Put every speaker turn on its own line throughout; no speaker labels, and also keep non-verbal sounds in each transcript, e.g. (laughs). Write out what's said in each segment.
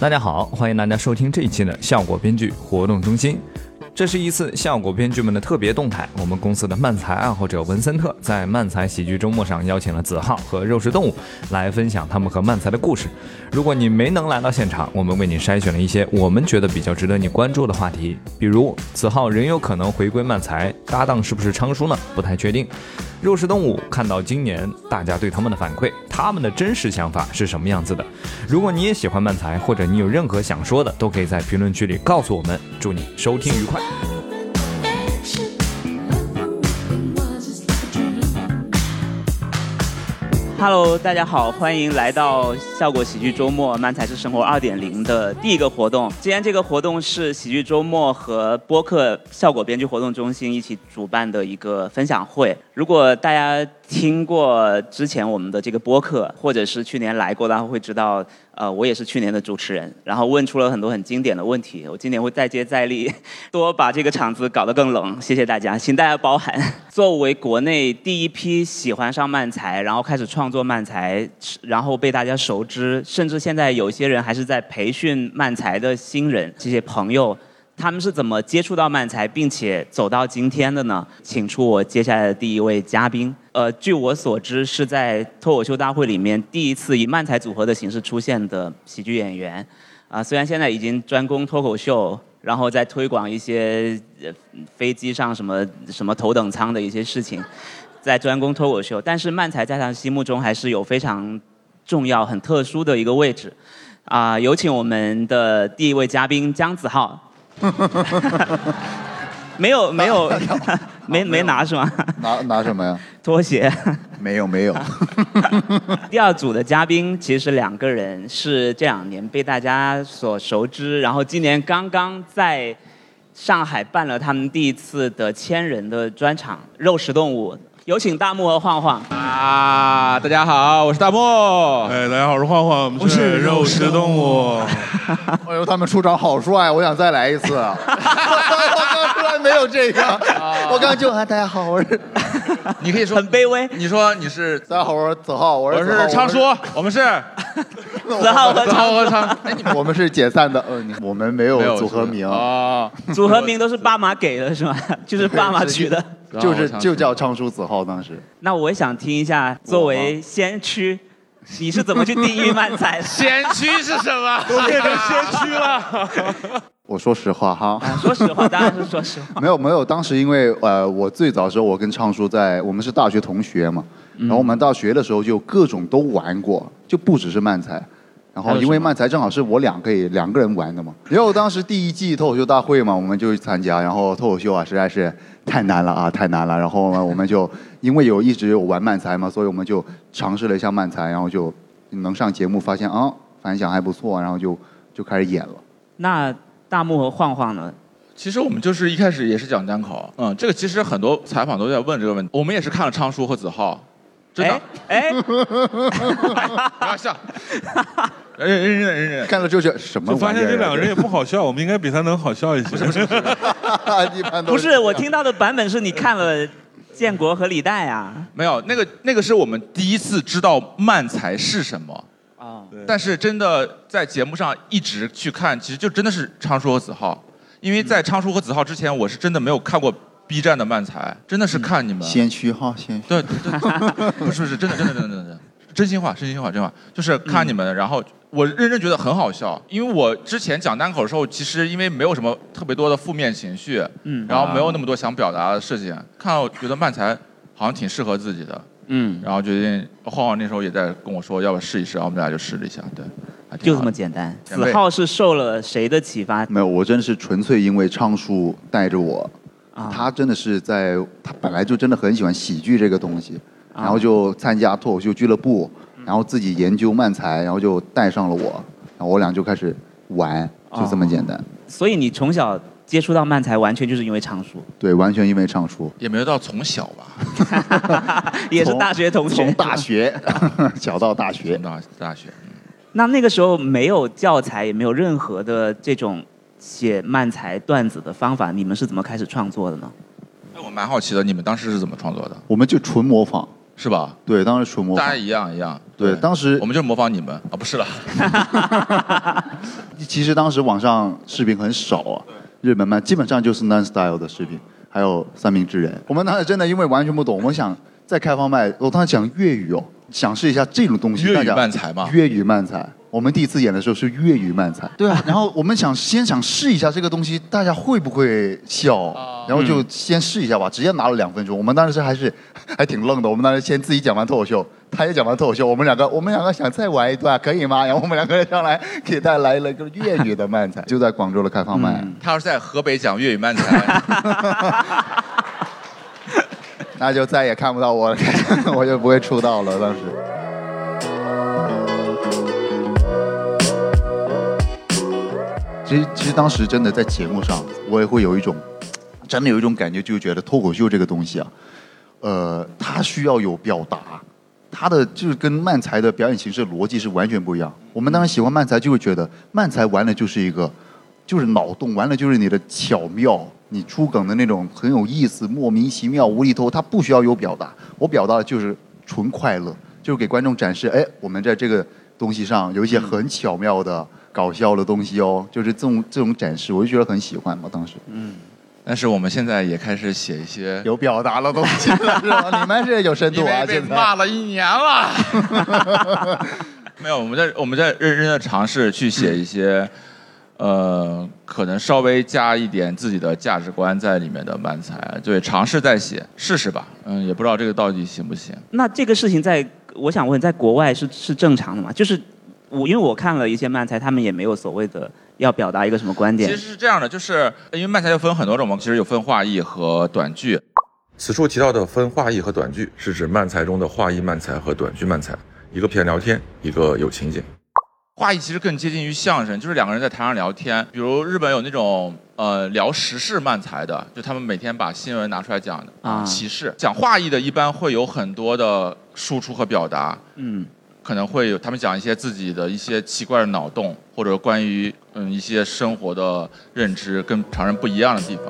大家好，欢迎大家收听这一期的效果编剧活动中心。这是一次效果编剧们的特别动态。我们公司的漫才爱好者文森特在漫才喜剧周末上邀请了子浩和肉食动物来分享他们和漫才的故事。如果你没能来到现场，我们为你筛选了一些我们觉得比较值得你关注的话题，比如子浩仍有可能回归漫才，搭档是不是昌叔呢？不太确定。肉食动物看到今年大家对他们的反馈，他们的真实想法是什么样子的？如果你也喜欢漫才，或者你有任何想说的，都可以在评论区里告诉我们。祝你收听愉快。
Hello，大家好，欢迎来到效果喜剧周末漫才是生活二点零的第一个活动。今天这个活动是喜剧周末和播客效果编剧活动中心一起主办的一个分享会。如果大家听过之前我们的这个播客，或者是去年来过，然后会知道，呃，我也是去年的主持人，然后问出了很多很经典的问题。我今年会再接再厉，多把这个场子搞得更冷。谢谢大家，请大家包涵。作为国内第一批喜欢上漫才，然后开始创作漫才，然后被大家熟知，甚至现在有些人还是在培训漫才的新人，这些朋友。他们是怎么接触到漫才，并且走到今天的呢？请出我接下来的第一位嘉宾。呃，据我所知，是在脱口秀大会里面第一次以漫才组合的形式出现的喜剧演员。啊、虽然现在已经专攻脱口秀，然后在推广一些、呃、飞机上什么什么头等舱的一些事情，在专攻脱口秀，但是漫才在他心目中还是有非常重要、很特殊的一个位置。啊、有请我们的第一位嘉宾姜子浩。 (laughs) 没有没有 (laughs) 没没拿是吗？ (laughs)
拿拿什么呀？
拖鞋。
(laughs) 没有没有，
第二组的嘉宾其实两个人是这两年被大家所熟知，然后今年刚刚在上海办了他们第一次的千人的专场《肉食动物》，有请大木和晃晃。
啊，大家好，我是大漠。
哎，大家好，我是晃晃，我们是肉食动物。
(laughs) 哎呦，他们出场好帅，我想再来一次。 (laughs) 啊！我刚出来没有这个， (laughs) 我刚就啊，大家好，我是
你可以说
很，卑 (laughs) 微，
你说你是，
大家好，我是子浩，我
我
是子浩
是昌叔，，我们是
(laughs)
子浩和
子
常
浩和昌。哎，你
我是我们是解散的，呃，你我们没有组合名，
啊，
组合名都是爸妈给的是吗？就是爸妈取的。
就是就叫昌叔子浩，当时
那我也想听一下，作为先驱，你是怎么去定义漫 (laughs) 才的？
先驱是什么？都变成先驱了。
我说实话哈。
啊说实话，当然是说实
(laughs)
话。
没有没有，当时因为呃，我最早的时候我跟昌叔在我们是大学同学嘛，然后我们大学的时候就各种都玩过，就不只是漫才。然
还
后
有
因为
什么
漫才正好是我两个也两个人玩的嘛，然后当时第一季脱口秀大会嘛，我们就去参加，然后脱口秀啊实在是太难了啊，太难了。然后呢，我们就因为有一直有玩漫才嘛，所以我们就尝试了一下漫才，然后就能上节目，发现啊反响还不错，然后就就开始演了。
那大木和晃晃呢？
其实我们就是一开始也是讲单口，嗯，这个其实很多采访都在问这个问题。我们也是看了昌叔和子浩，真的
哎，哎，
不要笑， (laughs) 哎认认真的认真的。
看了就是什么
我发
玩意
现
儿？
这两个人也不好笑，我们应该比他能好笑一些。
(laughs) 一般都
(laughs) 不是，我
这样
听到的版本是你看了建国和李诞啊。
没有，那个那个是我们第一次知道漫才是什么。
哦，
对
但是真的在节目上一直去看，其实就真的是昌叔和子浩，因为在昌叔和子浩之前，我是真的没有看过 B 站的漫才，真的是看你们。
先驱哈，先驱。
对对
(laughs)
对，不是不是，真的真的真的真的，真心话，真心话，真话，就是看你们，然后我认真觉得很好笑，因为我之前讲单口的时候，其实因为没有什么特别多的负面情绪，
嗯
然后没有那么多想表达的事情，看到觉得漫才好像挺适合自己的，
嗯，
然后决定晃晃那时候也在跟我说，要不试一试，然后我们俩就试了一下，对，还挺
就这
好的
么简单。
前辈
子浩是受了谁的启发
没有，我真是纯粹因为昌叔带着我，
啊？
他真的是在他本来就真的很喜欢喜剧这个东西，
啊
然后就参加脱口秀俱乐部，
嗯
然后自己研究漫才，然后就带上了我，然后我俩就开始玩，就这么
哦
简单。
所以你从小接触到漫才，完全就是因为常叔，
对，完全因为昌叔，
也没有到从小吧，
也是大学同学。
从大学小到大学
从，到大学，
(laughs) 那那个时候没有教材，也没有任何的这种写漫才段子的方法，你们是怎么开始创作的呢？
哎我蛮好奇的，你们当时是怎么创作的？
我们就纯模仿，
是吧？
对，当时纯模仿
大家。一样一样。
对当时
我们就是模仿你们啊，不是了。
其实当时网上视频很少啊，日本漫基本上就是 Non Style 的视频，还有三明治人。我们当时真的因为完全不懂，我想在开放麦，我当时讲粤语哦，想试一下这种东西。
粤语
大家
漫才嘛
粤语漫才。我们第一次演的时候是粤语漫才， (laughs) 对啊，然后我们想先想试一下这个东西，大家会不会笑，然后就先试一下吧，直接拿了两分钟。我们当时还是 (laughs) 还挺愣的，我们当时先自己讲完脱口秀，他也讲完脱口秀，我们两个我们两个想再玩一段，可以吗？然后我们两个人上来给大家来了一个粤语的漫 (laughs) 才，就在广州的开放麦，
他要是在河北讲粤语漫才，
(laughs) 那就再也看不到我了， (laughs) 我就不会出道了。当时其实其实当时真的在节目上，我也会有一种，真的有一种感觉，就觉得脱口秀这个东西啊，呃，它需要有表达，它的就是跟漫才的表演形式逻辑是完全不一样。我们当时喜欢漫才，就会觉得漫才完了就是一个，就是脑洞，完了就是你的巧妙，你出梗的那种很有意思、莫名其妙、无厘头，它不需要有表达。我表达的就是纯快乐，就是给观众展示，哎，我们在这个东西上有一些很巧妙的。搞笑的东西哦，就是这种这种展示，我就觉得很喜欢嘛。当时
但是我们现在也开始写一些。
(laughs) 有表达的东西了，是 (laughs) 吧？你们是有深度
因为
啊，
被
现在。
骂了一年了。 (laughs) 没有，我们在我们在认真的尝试去写一些，呃，可能稍微加一点自己的价值观在里面的漫才，对，尝试再写试试吧。嗯，也不知道这个到底行不行。
那这个事情在，我想问，在国外是是正常的吗？就是我因为我看了一些漫才，他们也没有所谓的要表达一个什么观点。
其实是这样的，就是因为漫才又分很多种嘛，其实有分话艺和短剧。
此处提到的分话艺和短剧，是指漫才中的话艺漫才和短剧漫才，一个偏聊天，一个有情景。
话艺其实更接近于相声，就是两个人在台上聊天。比如日本有那种呃聊时事漫才的，就他们每天把新闻拿出来讲的
啊
歧视。讲话艺的一般会有很多的输出和表达，
嗯，
可能会有他们讲一些自己的一些奇怪的脑洞，或者关于嗯一些生活的认知跟常人不一样的地方。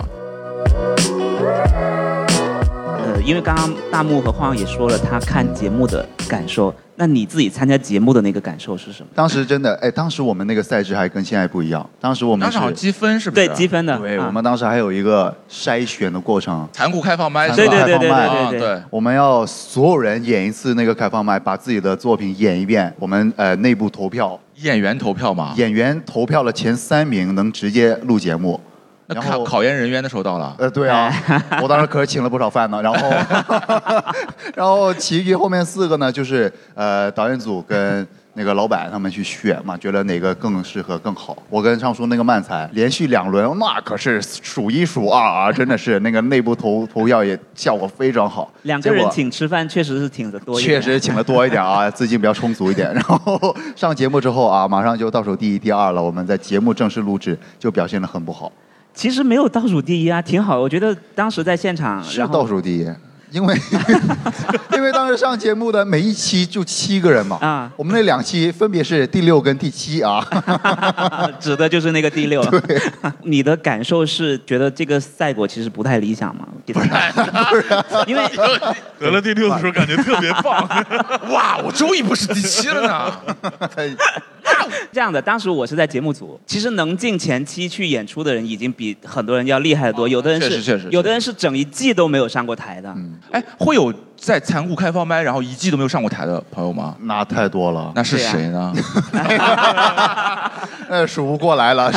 嗯呃，因为刚刚大木和晃也说了他看节目的感受，那你自己参加节目的那个感受是什么？
当时真的，哎，当时我们那个赛制还跟现在不一样。当时我们
当
是
时好像积分是不是？
对积分的，
对，
啊
我们当时还有一个筛选的过程，
残酷开放麦是吧？
对对
开
对
放
对
麦
对
啊
对对，
对。
我们要所有人演一次那个开放麦，把自己的作品演一遍。我们呃内部投票，
演员投票
啊
嘛，
演员投票了前三名能直接录节目。
那
然
考
后
考研人员的时候到了。
呃，对啊，
哎
(laughs) 我当时可是请了不少饭呢。然
(laughs)
后，然后其余后面四个呢，就是呃导演组跟那个老板他们去选嘛，觉得哪个更适合更好。我跟尚书那个漫才连续两轮，那可是数一数二啊，真的是那个内部投投票也效果非常好。
两个人
结果
请吃饭确实是挺的多一
确
点，
实请的多一点
(laughs)
啊，资金比较充足一点。然后上节目之后啊，马上就倒数第一、第二了。我们在节目正式录制就表现的很不好，
其实没有倒数第一啊，挺好。我觉得当时在现
啊
场，
是
然后
倒数第一。因
(laughs)
为，因为当时上节目的每一期就七个人嘛，
啊
我们那两期分别是第六跟第七啊， (laughs)
(laughs) 指的就是那个第六。 (laughs) 你的感受是觉得这个赛果其实不太理想吗？不然， (laughs) 因为
得了第六的时候感觉特别棒，
哇，我终于不是第七了呢！
这样的，当时我是在节目组，其实能进前期去演出的人，已经比很多人要厉害得
哦
多。有的人是，
确实确实
有的人是整一季都没有上过台
嗯
的。
(laughs) 哎，会有在残酷开放麦，然后一季都没有上过台的朋友吗？
(laughs) 那太多了，
那是谁呢？
呃，数不过来
(laughs)
了，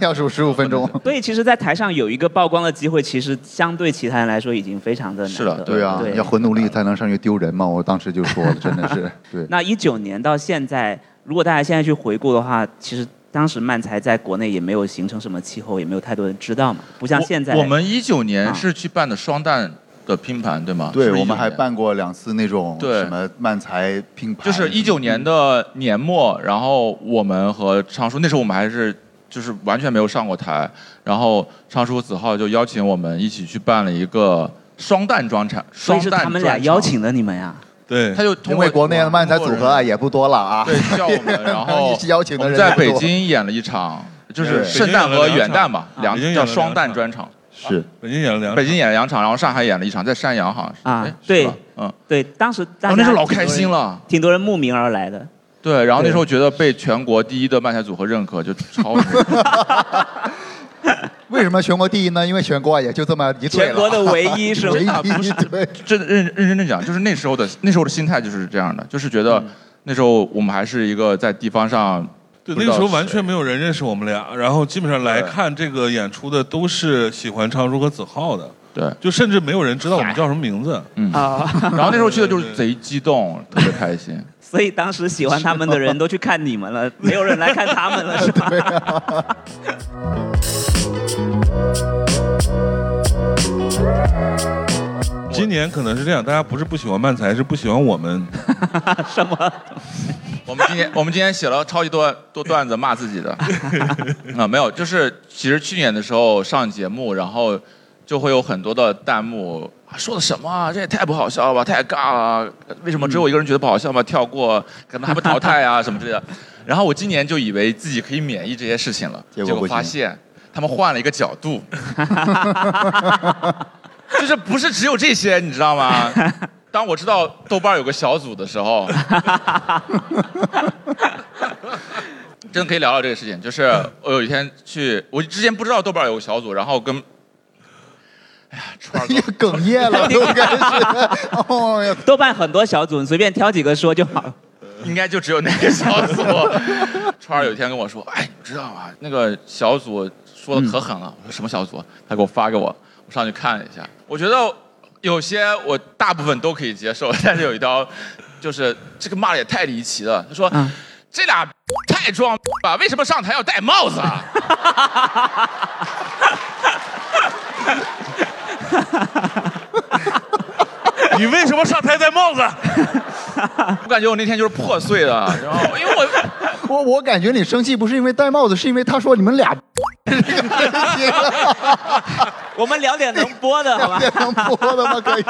要数十五分钟。
所以其实，在台上有一个曝光的机会，其实相对其他人来说已经非常的难
是
了
的。
对啊，
对
要很努力才能上去丢人嘛，我当时就说了，真的
(laughs)
是对。
那一九年到现在，如果大家现在去回顾的话，其实当时漫才在国内也没有形成什么气候，也没有太多人知道嘛，不像现在
我我们一九年
啊
是去办的双旦的拼盘，对吗？
对
是不是
我们
19
还
年。
办过两次那种
对
什么漫才拼盘，
就是一
嗯
九年的年末，然后我们和昌叔那时候我们还是就是完全没有上过台，然后昌叔子浩就邀请我们一起去办了一个双旦专场，
所
双
以
旦
是他们
专
俩
场
邀，请的你们呀。
对
他，就通
因
过
为国内的漫才组合啊也不多了啊，
对
(laughs)
叫我们，然后
邀请的
我
人也
们在
不多
北京演了一场，就是
对
圣诞和元旦吧，
啊
北京演了两场
两叫双旦专场。
是
北京演了两场，
北京演了两场，然后上海演了一场，在山阳好像是
啊
哎是
对
吧嗯，
对，当时大
然后
家
哦那时候老开心了，
挺多人慕名而来的。
对，然后那
对
时候觉得被全国第一的漫才组合认可，就超
(laughs)
为什么全国第一呢？因为全国啊也就这么一队了。
全国的唯一是吗
唯
啊
一对，
真认认真的讲，就是那时候的那时候的心态就是这样的，就是觉
嗯
得那时候我们还是一个在地方上，
对那个时候完全没有人认识我们俩，然后基本上来看这个演出的都是喜欢昌如和子浩的，
对，
就甚至没有人知道我们叫什么名字。
嗯，
啊， (laughs)
然后那时候去的就是贼激动，特别开心，
所以当时喜欢他们的人都去看你们了，没有人来看他们了，是吧？
今年可能是这样，大家不是不喜欢漫才，是不喜欢我们。
(laughs) 我们今天我们今天写了超级多多段子骂自
(laughs)
己的，啊没有，就是其实去年的时候上节目，然后就会有很多的弹幕啊说的什么啊，这也太不好笑了吧，太尬了，为什么只有我一个人觉得不好笑吗？跳过，可能还不淘汰
(laughs)
啊什么之类的。然后我今年就以为自己可以免疫这些事情了，
结
结
果不行
发现他们换了一个角
(laughs)
度，就是不是只有这些，你知道吗？当我知道豆瓣有个小组的时候，真的可以聊聊这个事情。就是我有一天去，我之前不知道豆瓣有个小组，然后跟，哎呀，川儿哥
又 (laughs) 哽咽了，都开始。哦呀，
豆瓣很多小组，你随便挑几个说就好了。
(laughs)
应该就只有那个小组。川儿有一天跟我说：“哎，你知道吗？那个小组说的可狠
嗯
了。我说：“什么小组？”他给我发给我，我上去看了一下。我觉得有些我大部分都可以接受，但是有一条就是这个骂的也太离奇了。他说：“
嗯
这俩太装吧，为什么上台要戴帽子
(laughs)
啊？”
你为什么上台戴帽子？
我感觉我那天就是破碎的，然后因为我。
我我感觉你生气不是因为戴帽子，是因为他说你们俩 (laughs)
我们聊点能
(laughs)
播的，好吧？
能播的吗？可以。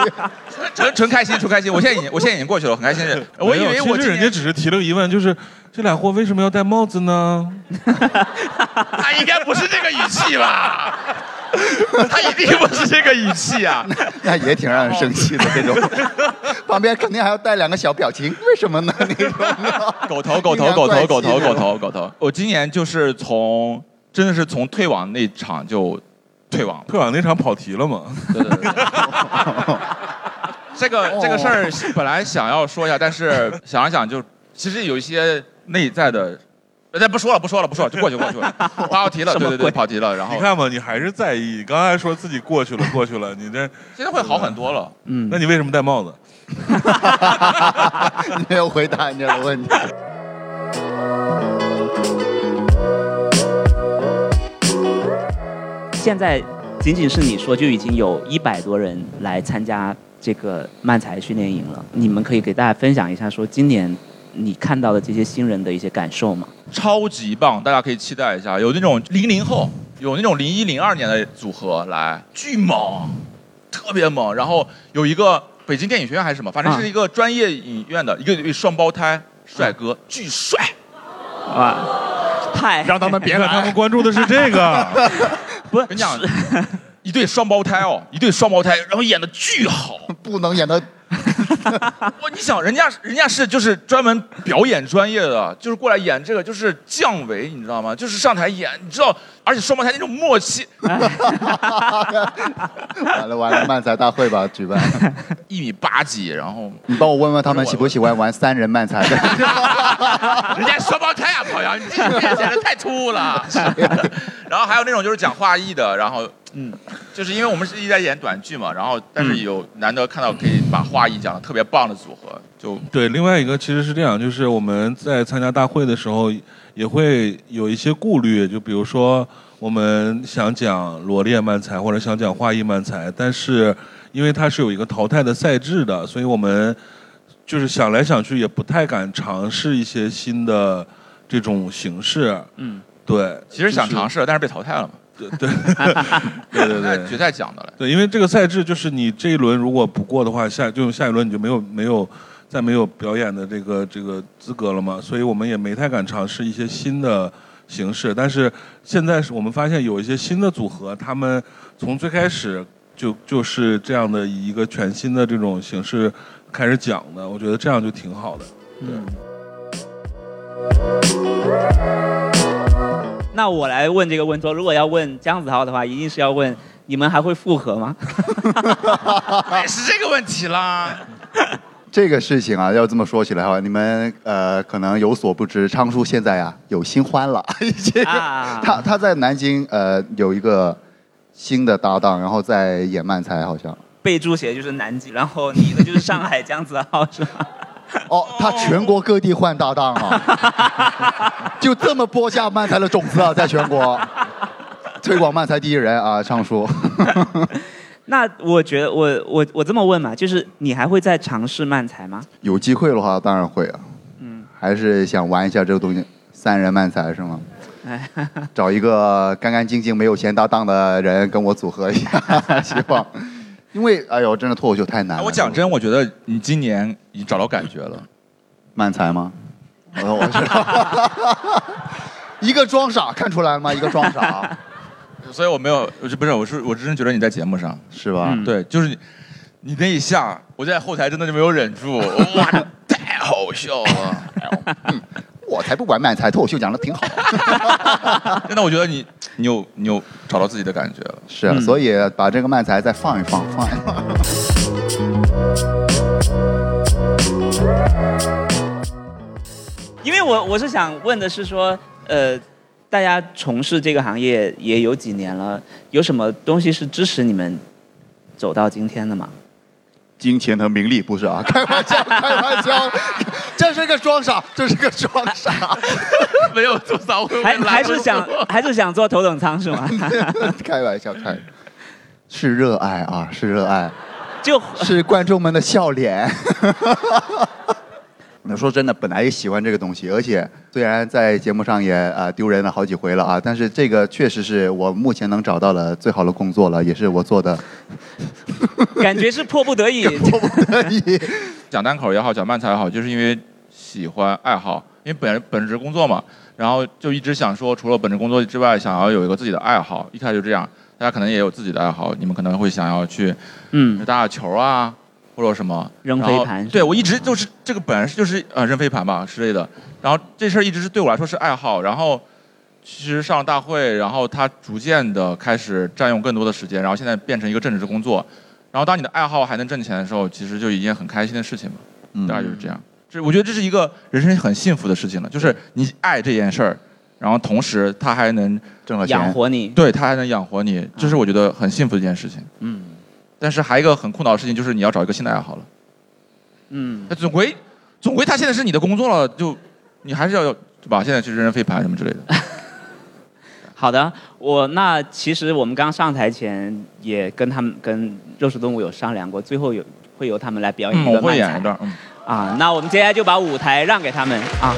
纯纯开心，纯开心。我现在已经，我现在已经过去了，我很开心。我以为
(laughs) 没有
我今
其实人家
年
只是提了个疑问，就是这俩货为什么要戴帽子呢？
(laughs) 他应该不是这个语气吧？ (laughs) 他一定不是这个语气啊！
那也挺让人生气的这 (laughs) 种，旁边肯定还要带两个小表情，为什么呢？那种
(laughs) 狗头，狗头，狗头，狗头，狗头，狗头。我今年就是从，真的是从退网那场就退网了。
退网那场跑题了嘛？
对对对。这
哦
个这个事儿本来想要说一下，但是想了想就，其实有一些内在的，那不说了，不说了，不说了，就过去过
(laughs)
去，跑题了，对对对，跑题了。然后
你看嘛，你还是在意。你刚才说自己过去了，过去了，你这，
现在会好很多了。
嗯
那，你为什么戴帽子？
头，没有回答你的问题。
现在仅仅是你说就已经有一百多人来参加这个漫才训练营了。你们可以给大家分享一下，说今年你看到的这些新人的一些感受吗？
超级棒，大家可以期待一下。有那种零零后，有那种零一零二年的组合来，巨猛，特别猛。然后有一个北京电影学院还是什么，反正
啊
是一个专业影院的一个一个双胞胎帅哥，巨帅。
啊，太
让他们别
看他们关注的是这个，
(laughs) 不
跟你讲，一对双胞胎哦，一对双胞胎，然后演的巨好。
不能演到
哇，你想，人家人家是就是专门表演专业的，就是过来演这个，就是降维，你知道吗？就是上台演，你知道，而且双胞胎那种默契，
(laughs) 完了完了，漫才大会吧举办，
一米八几，然后
你帮我问问他们喜不喜欢玩三人漫才的？
人家双胞胎啊，朋友，你这简直太突兀了。 (laughs) 然后还有那种就是讲话艺的，然后嗯，就是因为我们是一直在演短剧嘛，然后但是有难得看到可以把话艺讲的特别棒的组合，就 (laughs)
对。另外一个其实是这样，就是我们在参加大会的时候，也会有一些顾虑，就比如说我们想讲罗列漫才或者想讲画意漫才，但是因为它是有一个淘汰的赛制的，所以我们就是想来想去也不太敢尝试一些新的这种形式。
嗯，
对，
其实想
就是
尝试，但是被淘汰了嘛。
对对对对
在
对，
决赛讲的了。
对，因为这个赛制就是你这一轮如果不过的话，下就下一轮你就没有没有再没有表演的这个这个资格了嘛，所以我们也没太敢尝试一些新的形式。但是现在是我们发现有一些新的组合，他们从最开始就就是这样的以一个全新的这种形式开始讲的，我觉得这样就挺好的。
那我来问这个问说，如果要问姜子浩的话，一定是要问你们还会复
(laughs)
合吗？
哎，是这个问题啦。
这个事情啊，要这么说起来的话，你们呃可能有所不知，昌叔现在啊有新欢了，已经、
啊
(laughs) 他他在南京呃有一个新的搭档，然后在演漫才好像。
备注写就是南极，然后你的就是上海姜子浩是 (laughs) 吗？
哦，他全国各地换搭档啊，就这么播下漫才的种子啊，在全国推广漫才第一人啊，昌叔。
那我觉得我我我这么问嘛，就是你还会再尝试漫才吗？
有机会的话，当然会啊。嗯，还是想玩一下这个东西，三人漫才是吗？找一个干干净净、没有钱搭档的人跟我组合一下，希望。因为哎呦，真的脱口秀太难
哎
了。
我讲真，我觉得你今年已经找到感觉了。
漫才吗？我说我知道，
(laughs)
一个装傻，看出来了吗？一个装
嗯
傻，
所以我没有，我是不是我是我真的觉得你在节目上，
是吧？
嗯
对，就是你你那一下，我在后台真的就没有忍住，哇，太好笑了！
我才不管漫才，脱口秀讲的挺好。
嗯真的，我觉得你你有你有找到自己的感觉了。
是，啊所以把这个漫才再放一放，放一放。
因为我我是想问的是说，呃，大家从事这个行业也有几年了，有什么东西是支持你们走到今天的吗？
金钱和名利不是啊， (laughs) 开玩笑，开玩 (laughs) 笑，这是个装傻，这是个装傻，
(laughs) 没有吐槽会
还还是
(laughs)
想还是想做头等舱是吗？
(laughs) 开玩笑，开。是热爱啊，是热爱，
就是
观众们的笑脸。 (laughs) 那说真的，本来也喜欢这个东西，而且虽然在节目上也啊、呃丢人了好几回了啊，但是这个确实是我目前能找到了最好的工作了，也是我做的
感觉是迫不得已。
迫不得已。
讲单口也好，讲漫才也好，就是因为喜欢爱好，因为本本职工作嘛，然后就一直想说，除了本职工作之外，想要有一个自己的爱好。一开始就这样，大家可能也有自己的爱好，你们可能会想要去
嗯，
打打球啊，或者什么
扔
然后
飞盘
对我一直就是这个本来是就是呃扔飞盘吧之类的，然后这事儿一直是对我来说是爱呃好，然后其实上了大会，然后它逐渐的开始占用更多的时间，然后现在变成一个正职工作，然后当你的爱好还能挣钱的时候，其实就已经很开心的事情
嗯
了，大概就是这样。这我觉得这是一个人生很幸福的事情了，就是你爱这件事儿，然后同时它还能
挣了
养
钱，
活你。
对它还能养活你，这是我觉得很幸福的一件事情。
嗯
但是还有一个很苦恼的事情就是你要找一个新的爱好了。
嗯，
那总归总归，他现在是你的工作了，就你还是要对吧？现在去扔扔飞盘什么之类的。
好的，我那其实我们刚上台前也跟他们跟肉食动物有商量过，最后有会由他们来表演一
我
个
嗯会
漫
演
才
一段，嗯，
啊。那我们接下来就把舞台让给他们啊。